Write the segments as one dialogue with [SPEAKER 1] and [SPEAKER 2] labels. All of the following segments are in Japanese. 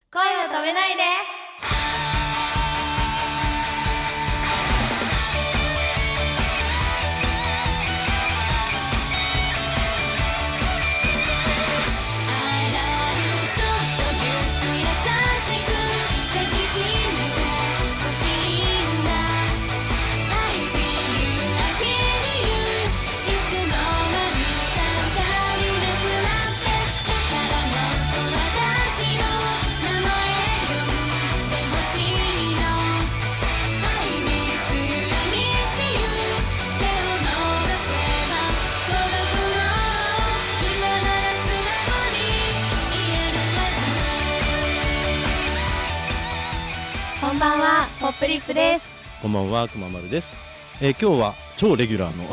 [SPEAKER 1] めないで
[SPEAKER 2] 「I love you そっとぎゅっと優しく抱きしめて」「欲しいんだ」「I feel you, I feel you」「いつの間にか足りなくなって」「だからもっと私の名前呼んでほしいの」「I miss you, I miss you」「手を伸ばせば届くの」「今なら素直に言えるはず」
[SPEAKER 1] こんばんはポップリップです
[SPEAKER 3] こんばんは、くままるです。えー、今日は超レギュラ ーの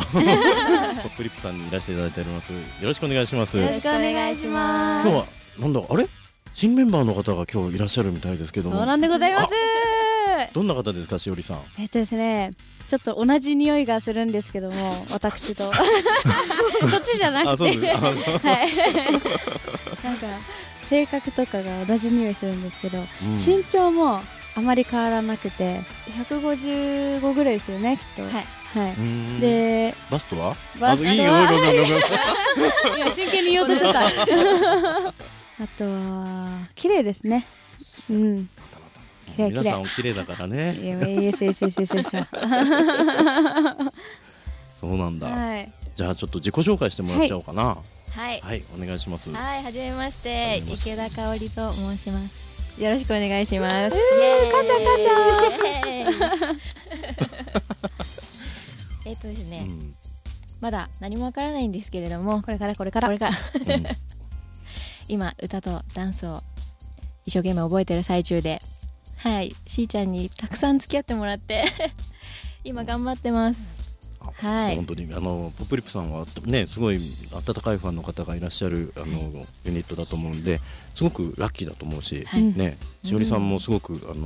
[SPEAKER 3] トップリップさんにいらしていただいております。よろしくお願いします。
[SPEAKER 1] よ
[SPEAKER 3] 今
[SPEAKER 1] ろしくお願いします
[SPEAKER 3] 日はなんだあれ新メンバーの方が今日いらっしゃるみたいですけど
[SPEAKER 4] そう
[SPEAKER 3] も、
[SPEAKER 4] なんでございます。
[SPEAKER 3] どんな方ですかしおりさん。
[SPEAKER 4] えっとですね、ちょっと同じ匂いがするんですけ ども、私と。そっちじゃな
[SPEAKER 3] あ、そ
[SPEAKER 4] く
[SPEAKER 3] う
[SPEAKER 4] て、
[SPEAKER 3] で す。あ
[SPEAKER 4] なんか性格とかが同じ匂いするんですけど、
[SPEAKER 3] うん
[SPEAKER 4] 身長もあまり変わらなくて、155ぐらいですよね、きっと。
[SPEAKER 1] はい
[SPEAKER 4] は
[SPEAKER 3] うーん
[SPEAKER 4] い。で、
[SPEAKER 3] バストは？
[SPEAKER 4] バストは
[SPEAKER 3] あいい よ。いいよいいよいいよ
[SPEAKER 4] 今真剣に言おうとしちゃ った。あとは綺麗ですね。うん。綺麗
[SPEAKER 3] 皆
[SPEAKER 4] 綺
[SPEAKER 3] さんお。
[SPEAKER 4] 麗
[SPEAKER 3] 綺麗だからね。
[SPEAKER 4] いやいやいやいやいやいやい や
[SPEAKER 3] そうなんだ。
[SPEAKER 4] はい。
[SPEAKER 3] じゃあちょっと自己紹介してもらっちゃおうかな。
[SPEAKER 1] はい
[SPEAKER 3] はい、お願いします。
[SPEAKER 1] はい、はじめまし
[SPEAKER 3] は
[SPEAKER 1] て、
[SPEAKER 3] じめまして
[SPEAKER 1] 池田香織と申します。よろしくお願いします。えー、かちゃかちゃん。えっとです
[SPEAKER 3] う
[SPEAKER 1] ね、
[SPEAKER 3] ん
[SPEAKER 1] まだ何もわからないんですけれども、こ
[SPEAKER 4] これからこれから。
[SPEAKER 1] れから
[SPEAKER 3] うん
[SPEAKER 1] 今歌とダンスを一生懸命覚えてる最中で、はい、しーちゃんにたくさん付き合ってもらって、今頑張ってます。
[SPEAKER 3] あ
[SPEAKER 1] はい
[SPEAKER 3] 本当にあのポップリップさんはねすごい温かいファンの方がいらっしゃるあの、ユニットだと思うんですごくラッキーだと思うし、
[SPEAKER 1] はい
[SPEAKER 3] ねしおりさんもすごく、あの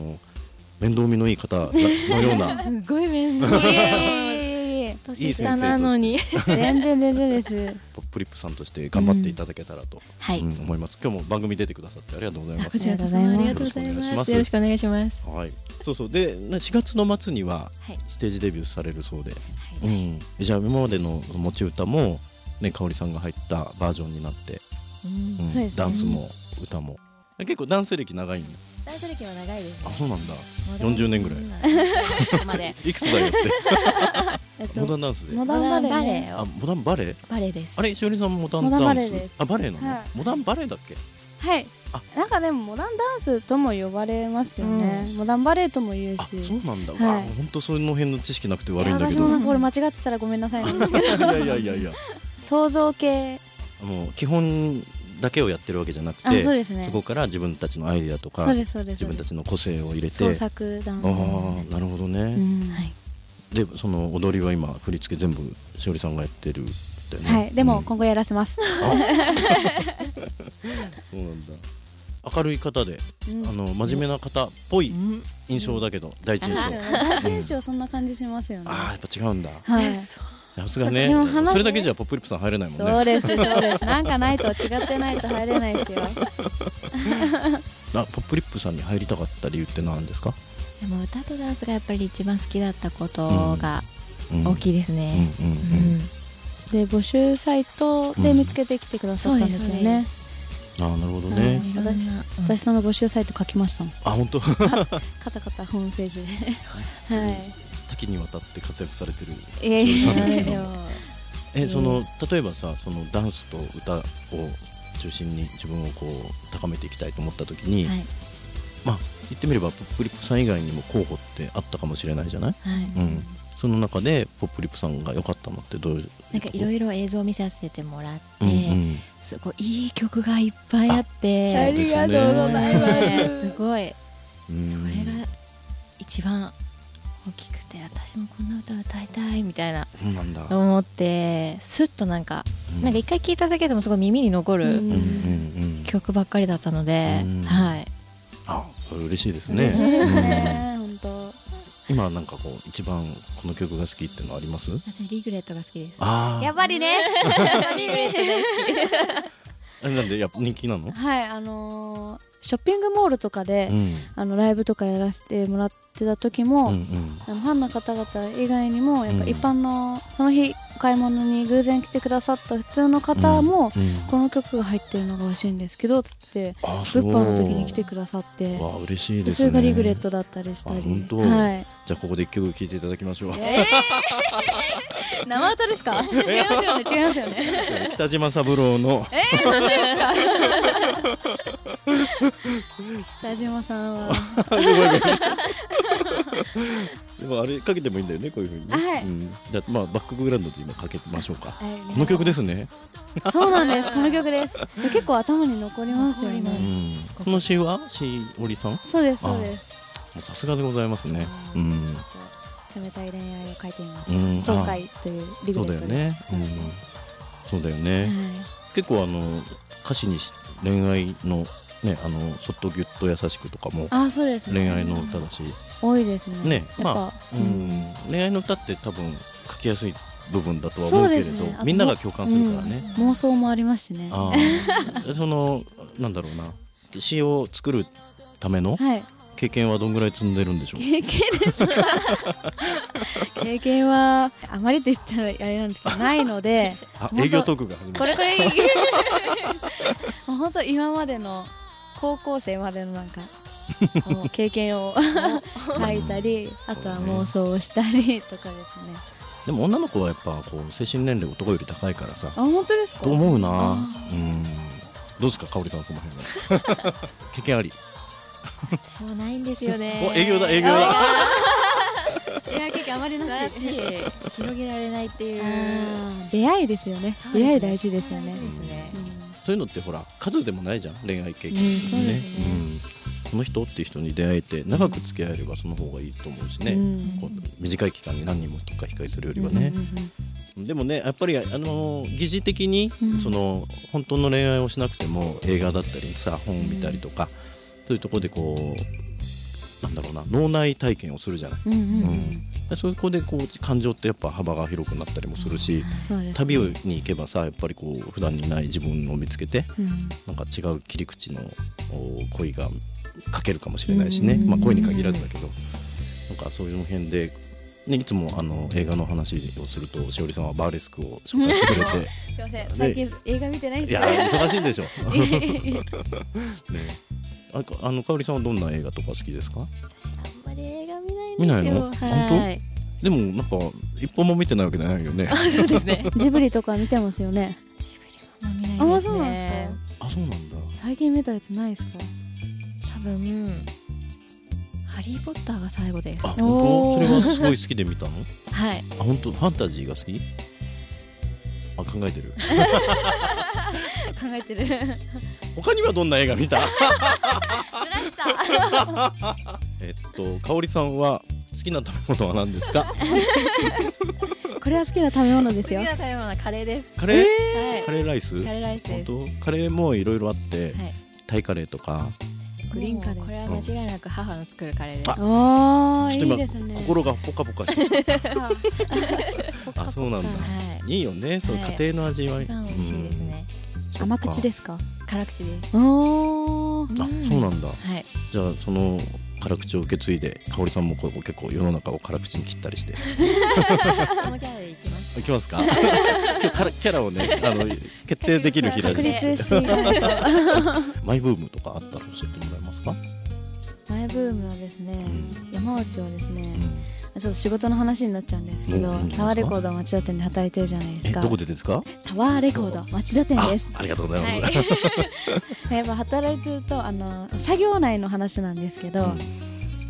[SPEAKER 3] 面倒見のいい方なのよう な
[SPEAKER 1] すごい面
[SPEAKER 4] い
[SPEAKER 1] 倒。
[SPEAKER 4] やいやいやいや
[SPEAKER 1] 年下なのに。
[SPEAKER 4] 全然全然です。
[SPEAKER 3] ポップリップさんとして頑張っていただけたらと、
[SPEAKER 1] はい。
[SPEAKER 3] うん思います今日も番組出てくださってありがとうございま
[SPEAKER 1] こ
[SPEAKER 3] す。
[SPEAKER 1] ちらこそありがとうござい
[SPEAKER 3] よろしくお願いし
[SPEAKER 1] ま。
[SPEAKER 3] ますす
[SPEAKER 1] よろしくお願いします。
[SPEAKER 3] はい、そうそうでね4月の末には
[SPEAKER 1] はい
[SPEAKER 3] ステージデビューされるそうで、
[SPEAKER 1] はい
[SPEAKER 3] うん、じゃあ今までの持ち歌も、ね、香織さんが入ったバージョンになって
[SPEAKER 1] うん
[SPEAKER 3] うん
[SPEAKER 4] そうですね
[SPEAKER 3] ダンスも歌も結構ダンス歴長いの
[SPEAKER 1] ダンス歴は長いです
[SPEAKER 3] あ
[SPEAKER 1] ね。
[SPEAKER 3] そうなんだ
[SPEAKER 1] モダン
[SPEAKER 3] 40年ぐらい
[SPEAKER 1] うんまで。
[SPEAKER 3] いくつだよっ
[SPEAKER 4] えって
[SPEAKER 3] モダンダンスで
[SPEAKER 4] モ
[SPEAKER 1] モダ
[SPEAKER 4] ダ
[SPEAKER 1] ン
[SPEAKER 4] ン
[SPEAKER 1] バ
[SPEAKER 4] バ
[SPEAKER 1] レ
[SPEAKER 4] レ
[SPEAKER 1] エ
[SPEAKER 4] エ
[SPEAKER 1] を
[SPEAKER 3] あモダンバレー
[SPEAKER 1] バレエです。
[SPEAKER 3] あれしおりさんもモダン
[SPEAKER 4] モ
[SPEAKER 3] ダ
[SPEAKER 4] ダ
[SPEAKER 3] ンス
[SPEAKER 4] ンバレーです
[SPEAKER 3] あバレーなの、
[SPEAKER 4] はい
[SPEAKER 3] モダンバレーだっけ
[SPEAKER 4] はい
[SPEAKER 3] あ。
[SPEAKER 4] なんかでもモダンダンスとも呼ばれますよね。モダンバレーとも言う
[SPEAKER 3] あそ
[SPEAKER 4] し。
[SPEAKER 3] うなんだ、
[SPEAKER 4] はい
[SPEAKER 3] あ本当その辺の知識なくて悪いんだけ
[SPEAKER 4] 私
[SPEAKER 3] ど
[SPEAKER 4] も
[SPEAKER 3] い
[SPEAKER 4] なんかこれ間違ってたらごめんなさいなんですけど。
[SPEAKER 3] やいやいやいや
[SPEAKER 4] 想像系。
[SPEAKER 3] もう基本だけをやってるわけじゃなく
[SPEAKER 4] あ、
[SPEAKER 3] て
[SPEAKER 4] そうですね
[SPEAKER 3] そ。こから自分たちのアイデアとか
[SPEAKER 4] そうですそうです。
[SPEAKER 3] 自分たちの個性を入れて
[SPEAKER 4] 創作ダンス
[SPEAKER 3] ああ
[SPEAKER 4] で
[SPEAKER 3] ーなるほどね、
[SPEAKER 4] すね。
[SPEAKER 1] はい。
[SPEAKER 3] でその踊りは今振り付け全部しおりさんがやってるんだよね
[SPEAKER 4] はい。で
[SPEAKER 3] う
[SPEAKER 4] も
[SPEAKER 3] ん
[SPEAKER 4] 今後やらせます。
[SPEAKER 3] そうなんだ明るい方で、
[SPEAKER 4] うん
[SPEAKER 3] あの真面目な方っぽい印象だけど、第一印象
[SPEAKER 4] なんか第一印象そんな感じしますよね。
[SPEAKER 3] ああやっぱ違うんだ
[SPEAKER 4] はい。
[SPEAKER 3] さすがね
[SPEAKER 4] でも話
[SPEAKER 3] それだけじゃポップリップさん入れないもん
[SPEAKER 4] そ
[SPEAKER 3] ね
[SPEAKER 4] うですそうです。なんかないと違ってないと入れないですよ。
[SPEAKER 3] あポップリップさんに入りたかった理由って何ですか、
[SPEAKER 1] でも歌とダンスがやっぱり一番好きだったことが
[SPEAKER 3] うん
[SPEAKER 1] 大きいです
[SPEAKER 3] うん
[SPEAKER 1] ね。
[SPEAKER 3] うん
[SPEAKER 1] う
[SPEAKER 3] うん
[SPEAKER 1] ん
[SPEAKER 4] で募集サイトで見つけてきてくださったんですよね。
[SPEAKER 3] ああなるほどね、
[SPEAKER 1] いろんなうん
[SPEAKER 4] 私その募集サイト書きましたもん。
[SPEAKER 3] あ本当
[SPEAKER 4] カタカタホームページで。はい。
[SPEAKER 3] 多岐にわたって活躍されてる
[SPEAKER 4] いやい
[SPEAKER 3] そ
[SPEAKER 4] や
[SPEAKER 3] うなんです
[SPEAKER 4] い
[SPEAKER 3] け
[SPEAKER 4] や
[SPEAKER 3] ど
[SPEAKER 4] いや。
[SPEAKER 3] えその例えばさそのダンスと歌を中心に自分をこう高めていきたいと思った時に、
[SPEAKER 1] はい
[SPEAKER 3] まあ言ってみればポップリップさん以外にも候補ってあったかもしれないじゃない
[SPEAKER 1] はい。
[SPEAKER 3] うん、その中でポップリップさんが良かったのってどういう
[SPEAKER 1] なんかいろいろ映像を見させてもらって、
[SPEAKER 3] うんうん
[SPEAKER 1] すごいいい曲がいっぱいあって、
[SPEAKER 3] ありがとうござい
[SPEAKER 1] ねすごい。
[SPEAKER 3] うん
[SPEAKER 1] それが一番大きくて私もこんな歌歌いたいみたいな
[SPEAKER 3] そうなんだ、う
[SPEAKER 1] 思ってスッとなんかなんか一回聴いただけでもすごい耳に残
[SPEAKER 4] う
[SPEAKER 1] る
[SPEAKER 3] うんんうんうん
[SPEAKER 1] 曲ばっかりだったので、
[SPEAKER 3] うん
[SPEAKER 1] はい
[SPEAKER 3] あそれ嬉しいですね
[SPEAKER 4] 嬉しいですね。本当。
[SPEAKER 3] 今なんかこう一番この曲が好きってのあります
[SPEAKER 1] 私リグレットが好きです
[SPEAKER 3] あ
[SPEAKER 4] やっぱりね。
[SPEAKER 1] リグレット
[SPEAKER 3] あなんでやっぱ人気なの
[SPEAKER 4] はいあのーショッピングモールとかで、
[SPEAKER 3] うん
[SPEAKER 4] あのライブとかやらせてもらってた時も、
[SPEAKER 3] うんうん
[SPEAKER 4] あのファンの方々以外にもやっぱ
[SPEAKER 3] うん
[SPEAKER 4] 一般のその日お買い物に偶然来てくださった普通の方も、
[SPEAKER 3] うん
[SPEAKER 4] この曲が入ってるのが欲しいんですけどつって
[SPEAKER 3] あそう
[SPEAKER 4] 物販の時に来てくださって
[SPEAKER 3] わあ嬉しいですね
[SPEAKER 4] それがリグレットだったりした
[SPEAKER 3] あ
[SPEAKER 4] り
[SPEAKER 3] 本当
[SPEAKER 4] はい
[SPEAKER 3] じゃあここで一曲聴いていただきましょう
[SPEAKER 4] 生歌ですか違いますよね違いますよね
[SPEAKER 3] 北島三郎の
[SPEAKER 4] 北島さんは
[SPEAKER 3] でもあれかけてもいいんだよねこういうふうにね、
[SPEAKER 4] あはい
[SPEAKER 3] うん、じゃあまあバックグラウンドで今かけましょうか
[SPEAKER 4] はい
[SPEAKER 3] この曲ですね、
[SPEAKER 4] そうなんですこの曲です結構頭に残りますよ
[SPEAKER 1] 残り
[SPEAKER 3] う
[SPEAKER 4] ね
[SPEAKER 3] ん、この詩はしおりさんも
[SPEAKER 4] そうですそうです
[SPEAKER 3] うさすがでございますねうん、
[SPEAKER 4] 冷たい恋愛を書いてみま
[SPEAKER 3] うん、
[SPEAKER 4] した後悔というリ
[SPEAKER 3] そ
[SPEAKER 4] グ
[SPEAKER 3] うだよ
[SPEAKER 4] レットで
[SPEAKER 3] ね、うん、そうだよね、
[SPEAKER 4] はい
[SPEAKER 3] 結構あの歌詞にし恋愛のねあのそっとぎゅっと優しくとかも
[SPEAKER 4] あそうです
[SPEAKER 3] 恋
[SPEAKER 4] ね
[SPEAKER 3] 愛の歌だし、
[SPEAKER 4] 多いですね
[SPEAKER 3] ね
[SPEAKER 4] やっ
[SPEAKER 3] ま
[SPEAKER 4] ぱ
[SPEAKER 3] うん恋愛の歌って多分書きやすい部分だとは思
[SPEAKER 4] そう
[SPEAKER 3] うけ
[SPEAKER 4] で
[SPEAKER 3] れ
[SPEAKER 4] す
[SPEAKER 3] ど、
[SPEAKER 4] ねあと
[SPEAKER 3] みんなが共感するからね、
[SPEAKER 4] 妄想もありますしね
[SPEAKER 3] あ
[SPEAKER 4] は
[SPEAKER 3] あ そのなんだろうな詩を作るための
[SPEAKER 4] い
[SPEAKER 3] 経験はどんぐらい積んでるんでしょう
[SPEAKER 4] 経験ですか経験はあまりって言ったらあれなんですけどない ので
[SPEAKER 3] あ
[SPEAKER 4] 本当
[SPEAKER 3] 営業トークが始ま
[SPEAKER 4] こ
[SPEAKER 3] る
[SPEAKER 4] れこれもう本当今までの高校生までのなんかもう経 験を書いたりあとは妄想をしたりとかですね
[SPEAKER 3] でも女の子はやっぱこう精神年齢男より高いからさ
[SPEAKER 4] あ本当ですか
[SPEAKER 3] と思うな
[SPEAKER 4] あ
[SPEAKER 3] うんどうですか香織さんその辺は 経験あり
[SPEAKER 1] 私もないんですよね
[SPEAKER 3] お営業だ営業だ
[SPEAKER 4] 出会い経験あまり
[SPEAKER 1] 素晴
[SPEAKER 4] な
[SPEAKER 1] ら
[SPEAKER 4] し
[SPEAKER 1] しい広げられないっていう
[SPEAKER 4] あー出会いですよね
[SPEAKER 1] そうですね
[SPEAKER 4] 出会い大事ですよね
[SPEAKER 1] 大事ですね
[SPEAKER 3] そういうのってほら数でもないじゃん恋愛経験、
[SPEAKER 4] うんそうですね
[SPEAKER 3] うんこの人っていう人に出会えて長く付き合えればその方がいいと思うしね、
[SPEAKER 4] うん
[SPEAKER 3] こう短い期間に何人もとか控えするよりは
[SPEAKER 4] うんうん
[SPEAKER 3] ね
[SPEAKER 4] う、ん
[SPEAKER 3] でもねやっぱりあのー疑似的に、
[SPEAKER 4] うん
[SPEAKER 3] その本当の恋愛をしなくても映画だったりさ本を見たりとか、そういうところでこうなんだろうな脳内体験をするじゃない
[SPEAKER 4] うんうんう
[SPEAKER 3] うんんでそういうとこでこう感情ってやっぱ幅が広くなったりもするし、
[SPEAKER 4] そうです
[SPEAKER 3] 旅に行けばさやっぱりこう普段にない自分を見つけて
[SPEAKER 4] うん
[SPEAKER 3] なんか違う切り口のお恋が書けるかもしれないしね、
[SPEAKER 4] うんうんうん
[SPEAKER 3] まあ、恋に限らずだけどなんかそういう辺で、ね、いつもあの映画の話をするとしおりさんはバーレスクを紹介してくれて
[SPEAKER 4] すいません最近映画見てないん
[SPEAKER 3] い
[SPEAKER 4] です
[SPEAKER 3] や
[SPEAKER 4] よ
[SPEAKER 3] 忙しいんでしょ。
[SPEAKER 4] いえいえい え
[SPEAKER 3] ねあかあの香織さんはどんな映画とか好きですか
[SPEAKER 1] 私あんまり映画見ないんですよ
[SPEAKER 3] 見ないの
[SPEAKER 1] はい
[SPEAKER 3] でもなんか一本も見てないわけじゃないよね
[SPEAKER 1] あそうですね
[SPEAKER 4] ジブリとか見てますよね
[SPEAKER 1] ジブリも見ないですね
[SPEAKER 4] あそうなんですか
[SPEAKER 3] あそうなんだ
[SPEAKER 4] 最近見たやつないですか
[SPEAKER 1] 多分ハリーポッターが最後で
[SPEAKER 3] あ
[SPEAKER 1] す
[SPEAKER 3] 本
[SPEAKER 4] おー
[SPEAKER 3] 当それはすごい好きで見たの
[SPEAKER 1] はい
[SPEAKER 3] あ本当ファンタジーが好きあ考えてる
[SPEAKER 4] 考えてるず
[SPEAKER 3] 他にはどんな映画見た
[SPEAKER 4] らした
[SPEAKER 3] えっと香織さんは好きな食べ物は何ですか
[SPEAKER 4] これは好きな食べ物です
[SPEAKER 1] 次
[SPEAKER 4] よ
[SPEAKER 1] は食べ物はカレーです
[SPEAKER 3] カレー、
[SPEAKER 1] はい
[SPEAKER 3] カレーライス
[SPEAKER 1] カレーライス
[SPEAKER 3] 本
[SPEAKER 1] ですは
[SPEAKER 3] 当カレーもいろいろあって、
[SPEAKER 1] い
[SPEAKER 3] タイカレーとか
[SPEAKER 4] グリーンカレー
[SPEAKER 1] もうこれは間違いなく母の作るカレーです
[SPEAKER 3] あ
[SPEAKER 4] おー
[SPEAKER 3] ちょっと
[SPEAKER 4] い
[SPEAKER 3] 今
[SPEAKER 4] いですね
[SPEAKER 3] 心がポカポカしてき
[SPEAKER 4] あ
[SPEAKER 3] たあそうなんだ、
[SPEAKER 1] はい
[SPEAKER 3] いいよね、そういう
[SPEAKER 1] はい
[SPEAKER 3] 家庭の味わい。
[SPEAKER 1] 一番美味しいですね
[SPEAKER 3] うん。。
[SPEAKER 4] 甘口ですすか
[SPEAKER 1] 辛口です
[SPEAKER 4] おー
[SPEAKER 3] あ、そうなんだ。
[SPEAKER 1] はい
[SPEAKER 3] じゃあその辛口を受け継いで、香織さんもこう結構世の中を辛口に切ったりして。
[SPEAKER 1] そのキャラでいきます
[SPEAKER 3] いきますか。今日からキャラをね、あの決定できる日だ
[SPEAKER 4] 確
[SPEAKER 1] 確
[SPEAKER 3] ね。
[SPEAKER 4] 立していないと
[SPEAKER 3] マイブームとかあったら教えてもらえますか。
[SPEAKER 4] マイブームはですね
[SPEAKER 3] うん
[SPEAKER 4] 山内はですね
[SPEAKER 3] うん
[SPEAKER 4] ちょっと仕事の話になっちゃうんですけど
[SPEAKER 3] うん
[SPEAKER 4] タワーレコード町田店で働いてるじゃないで
[SPEAKER 3] え、
[SPEAKER 4] すか
[SPEAKER 3] どこでですか。
[SPEAKER 4] タワーレコード町田店
[SPEAKER 3] あ
[SPEAKER 4] です、
[SPEAKER 3] ありがとうございます。
[SPEAKER 4] はい、やっぱ働いてるとあの作業内の話なんですけど、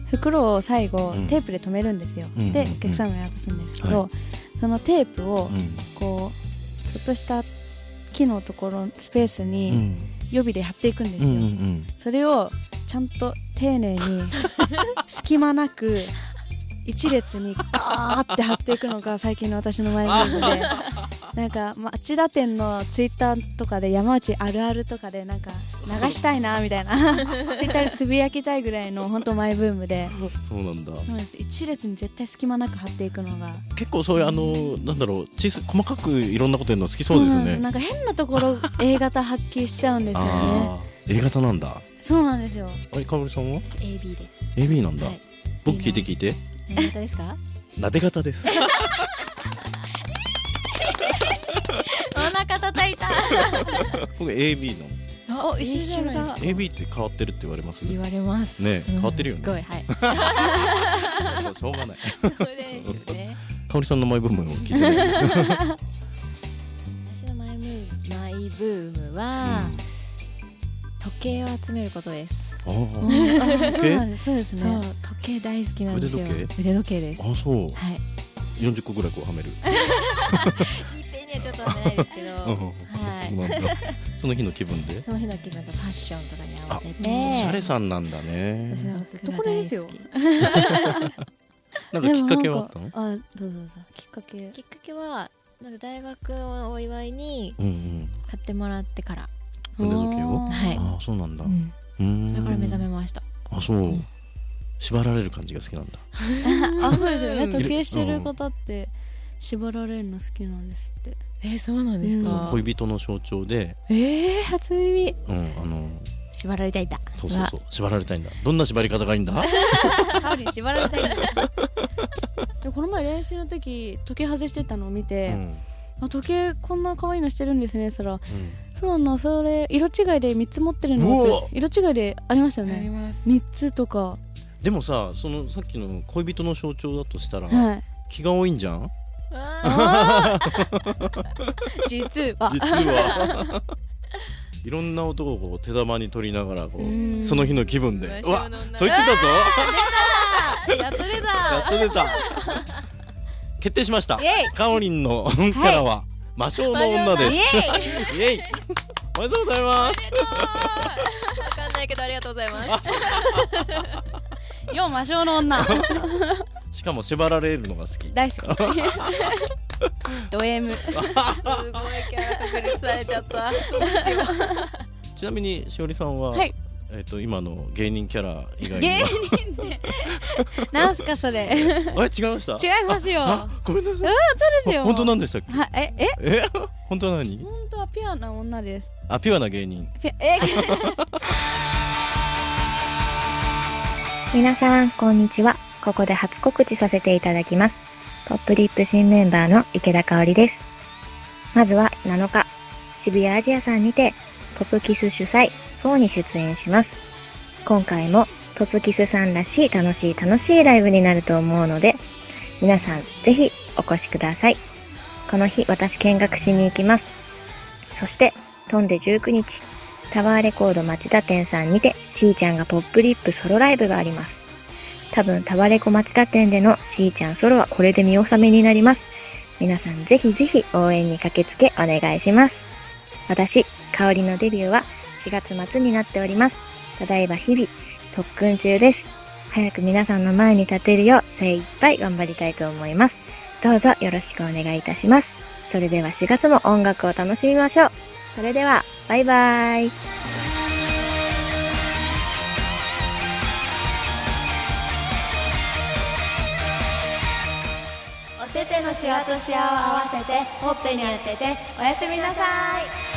[SPEAKER 4] 袋を最後、
[SPEAKER 3] うん
[SPEAKER 4] テープで留めるんですよ、
[SPEAKER 3] うんう
[SPEAKER 4] で
[SPEAKER 3] んうん
[SPEAKER 4] お客様に渡すんですけど、
[SPEAKER 3] は
[SPEAKER 4] そのテープを
[SPEAKER 3] うん
[SPEAKER 4] こうちょっとした木のところスペース
[SPEAKER 3] う
[SPEAKER 4] に
[SPEAKER 3] ん
[SPEAKER 4] 予備で貼っていくんです
[SPEAKER 3] う
[SPEAKER 4] よ、
[SPEAKER 3] んうん
[SPEAKER 4] それをちゃんと丁寧に隙間なく一列にガーって貼っていくのが最近の私のマイブームでなんか町田店のツイッターとかで山内あるあるとかでなんか流したいなみたいなツイッターでつぶやきたいぐらいの本当マイブームで
[SPEAKER 3] うん。そうなんだ。
[SPEAKER 4] そうです一列に絶対隙間なく貼っていくのが
[SPEAKER 3] 結構そういうあのなんだろう、小さ細かくいろんなことやるの好きそうです
[SPEAKER 4] なん
[SPEAKER 3] ね。
[SPEAKER 4] なんか変なところ A 型発揮しちゃうんですよね
[SPEAKER 3] あ A 型なんだ
[SPEAKER 4] そうなんですよ
[SPEAKER 3] あれかおりさんは
[SPEAKER 2] AB です。
[SPEAKER 3] AB なんだ、
[SPEAKER 2] はい。
[SPEAKER 3] 僕聞いて聞いて
[SPEAKER 2] 何型ですか？
[SPEAKER 3] なで型です
[SPEAKER 2] お腹叩いた。
[SPEAKER 3] 僕 AB なんです
[SPEAKER 2] あ、
[SPEAKER 4] お一緒じゃないですか
[SPEAKER 3] AB って変わってるって言われます
[SPEAKER 2] 言われます。
[SPEAKER 3] ねえ変わってるよね
[SPEAKER 2] すごいはい。
[SPEAKER 3] もうしょうがない
[SPEAKER 2] そうですね。
[SPEAKER 3] かおりさんのマイブームを聞いてない、
[SPEAKER 2] 私のマイブームマイブームは、
[SPEAKER 3] うん
[SPEAKER 2] 時計を集めることです。
[SPEAKER 3] あ
[SPEAKER 4] あ
[SPEAKER 3] ー
[SPEAKER 4] ーそうなんですそうです
[SPEAKER 2] そう
[SPEAKER 4] ね
[SPEAKER 2] 時計大好きなんですよ。
[SPEAKER 3] 腕時
[SPEAKER 2] 腕時計です。
[SPEAKER 3] あそう
[SPEAKER 2] はい。
[SPEAKER 3] 40個ぐらいこうはめる、
[SPEAKER 2] 一定にはちょっと合ってないですけど、
[SPEAKER 3] うん
[SPEAKER 2] はい。
[SPEAKER 3] なんだその日の気分で
[SPEAKER 2] その日の気分とファッションとかに合わせて、
[SPEAKER 4] あ
[SPEAKER 3] お
[SPEAKER 4] お
[SPEAKER 3] しゃれさんなんだね
[SPEAKER 4] 私なんかずっとこれですよ
[SPEAKER 3] なんかきっかけはあったの
[SPEAKER 4] でもなんかあどうぞどうぞきっかけ
[SPEAKER 2] きっかけはなんか大学のお祝いに
[SPEAKER 3] うんうん
[SPEAKER 2] 買ってもらってから、
[SPEAKER 3] 腕時計を
[SPEAKER 4] あー
[SPEAKER 2] はい
[SPEAKER 3] ああそうなんだ、う
[SPEAKER 2] うん
[SPEAKER 3] ーん、
[SPEAKER 2] だから目覚めました。
[SPEAKER 3] あそう、
[SPEAKER 2] ん
[SPEAKER 3] 縛られる感じが好きなんだ
[SPEAKER 4] あそうですよ
[SPEAKER 2] う
[SPEAKER 4] ね
[SPEAKER 2] ん
[SPEAKER 4] 時計してる方って縛られるの好きなんですって
[SPEAKER 2] えー、そうなん
[SPEAKER 4] ですかあ
[SPEAKER 3] 恋人の象徴で、
[SPEAKER 2] えー、初耳。
[SPEAKER 3] うん、あの
[SPEAKER 2] 縛られたいんだ。
[SPEAKER 3] そうそうそう縛られたいんだどんな縛り方がいいんだ
[SPEAKER 4] タオルに縛られたいんだでこの前練習の時時計外してたのを見
[SPEAKER 3] う
[SPEAKER 4] て、
[SPEAKER 3] ん
[SPEAKER 4] あ時計こんな可愛いのしてるんですねそらそうなのそれ色違いで3つ持ってるの
[SPEAKER 3] うわ
[SPEAKER 4] って色違いでありましたよね
[SPEAKER 2] ます。
[SPEAKER 4] 3つとか
[SPEAKER 3] でもさそのさっきの恋人の象徴だとしたら、
[SPEAKER 4] はい
[SPEAKER 3] 気が多いんじゃん
[SPEAKER 4] 実は
[SPEAKER 3] 実は いろんな男をこう手玉に取りながらこ
[SPEAKER 4] う
[SPEAKER 3] うんその日の気分でうわそれ言ってたぞ
[SPEAKER 2] やってれ
[SPEAKER 3] や
[SPEAKER 2] た。
[SPEAKER 3] っと出た決定しました
[SPEAKER 2] イエ
[SPEAKER 3] かおりんの キャラは魔性の女ですイエイおめでとうございます
[SPEAKER 2] わかんないけどありがとうございます。
[SPEAKER 4] よ魔性の女
[SPEAKER 3] しかも縛られるのが好き
[SPEAKER 4] 大好きド M
[SPEAKER 2] すごいキャラ確立されちゃった。
[SPEAKER 3] ちなみにしおりさんは、
[SPEAKER 4] はい
[SPEAKER 3] えっ、と今の芸人キャラ以外に
[SPEAKER 4] 芸人 でなんすか それ違い
[SPEAKER 3] あれ違いました
[SPEAKER 4] ますよ
[SPEAKER 3] あごめんなさい
[SPEAKER 4] ですよ
[SPEAKER 3] あ本当なんでしたっけ
[SPEAKER 4] はええ
[SPEAKER 3] え本当は何
[SPEAKER 4] 本当はピュアな女です
[SPEAKER 3] あピュアな芸人
[SPEAKER 4] ピュえ
[SPEAKER 1] 皆さん、こんにちは。ここで初告知させていただきます。ポップリップ新メンバーの池田香織です。まずは7日、渋谷アジアさんにて、ポップキス主催、フォーに出演します。今回も、ポップキスさんらしい楽しい楽しいライブになると思うので、皆さん、ぜひお越しください。この日、私見学しに行きます。そして、飛んで19日、タワーレコード町田店さんにて、しーちゃんがポップリップソロライブがあります。多分、タワレコ町田店でのしーちゃんソロはこれで見納めになります。皆さんぜひぜひ応援に駆けつけお願いします。私、香りのデビューは4月末になっております。ただいま日々、特訓中です。早く皆さんの前に立てるよう精一杯頑張りたいと思います。どうぞよろしくお願いいたします。それでは4月も音楽を楽しみましょう。それでは、バイバイ。
[SPEAKER 5] お手手のシワとシワを合わせてほっぺに当てておやすみなさい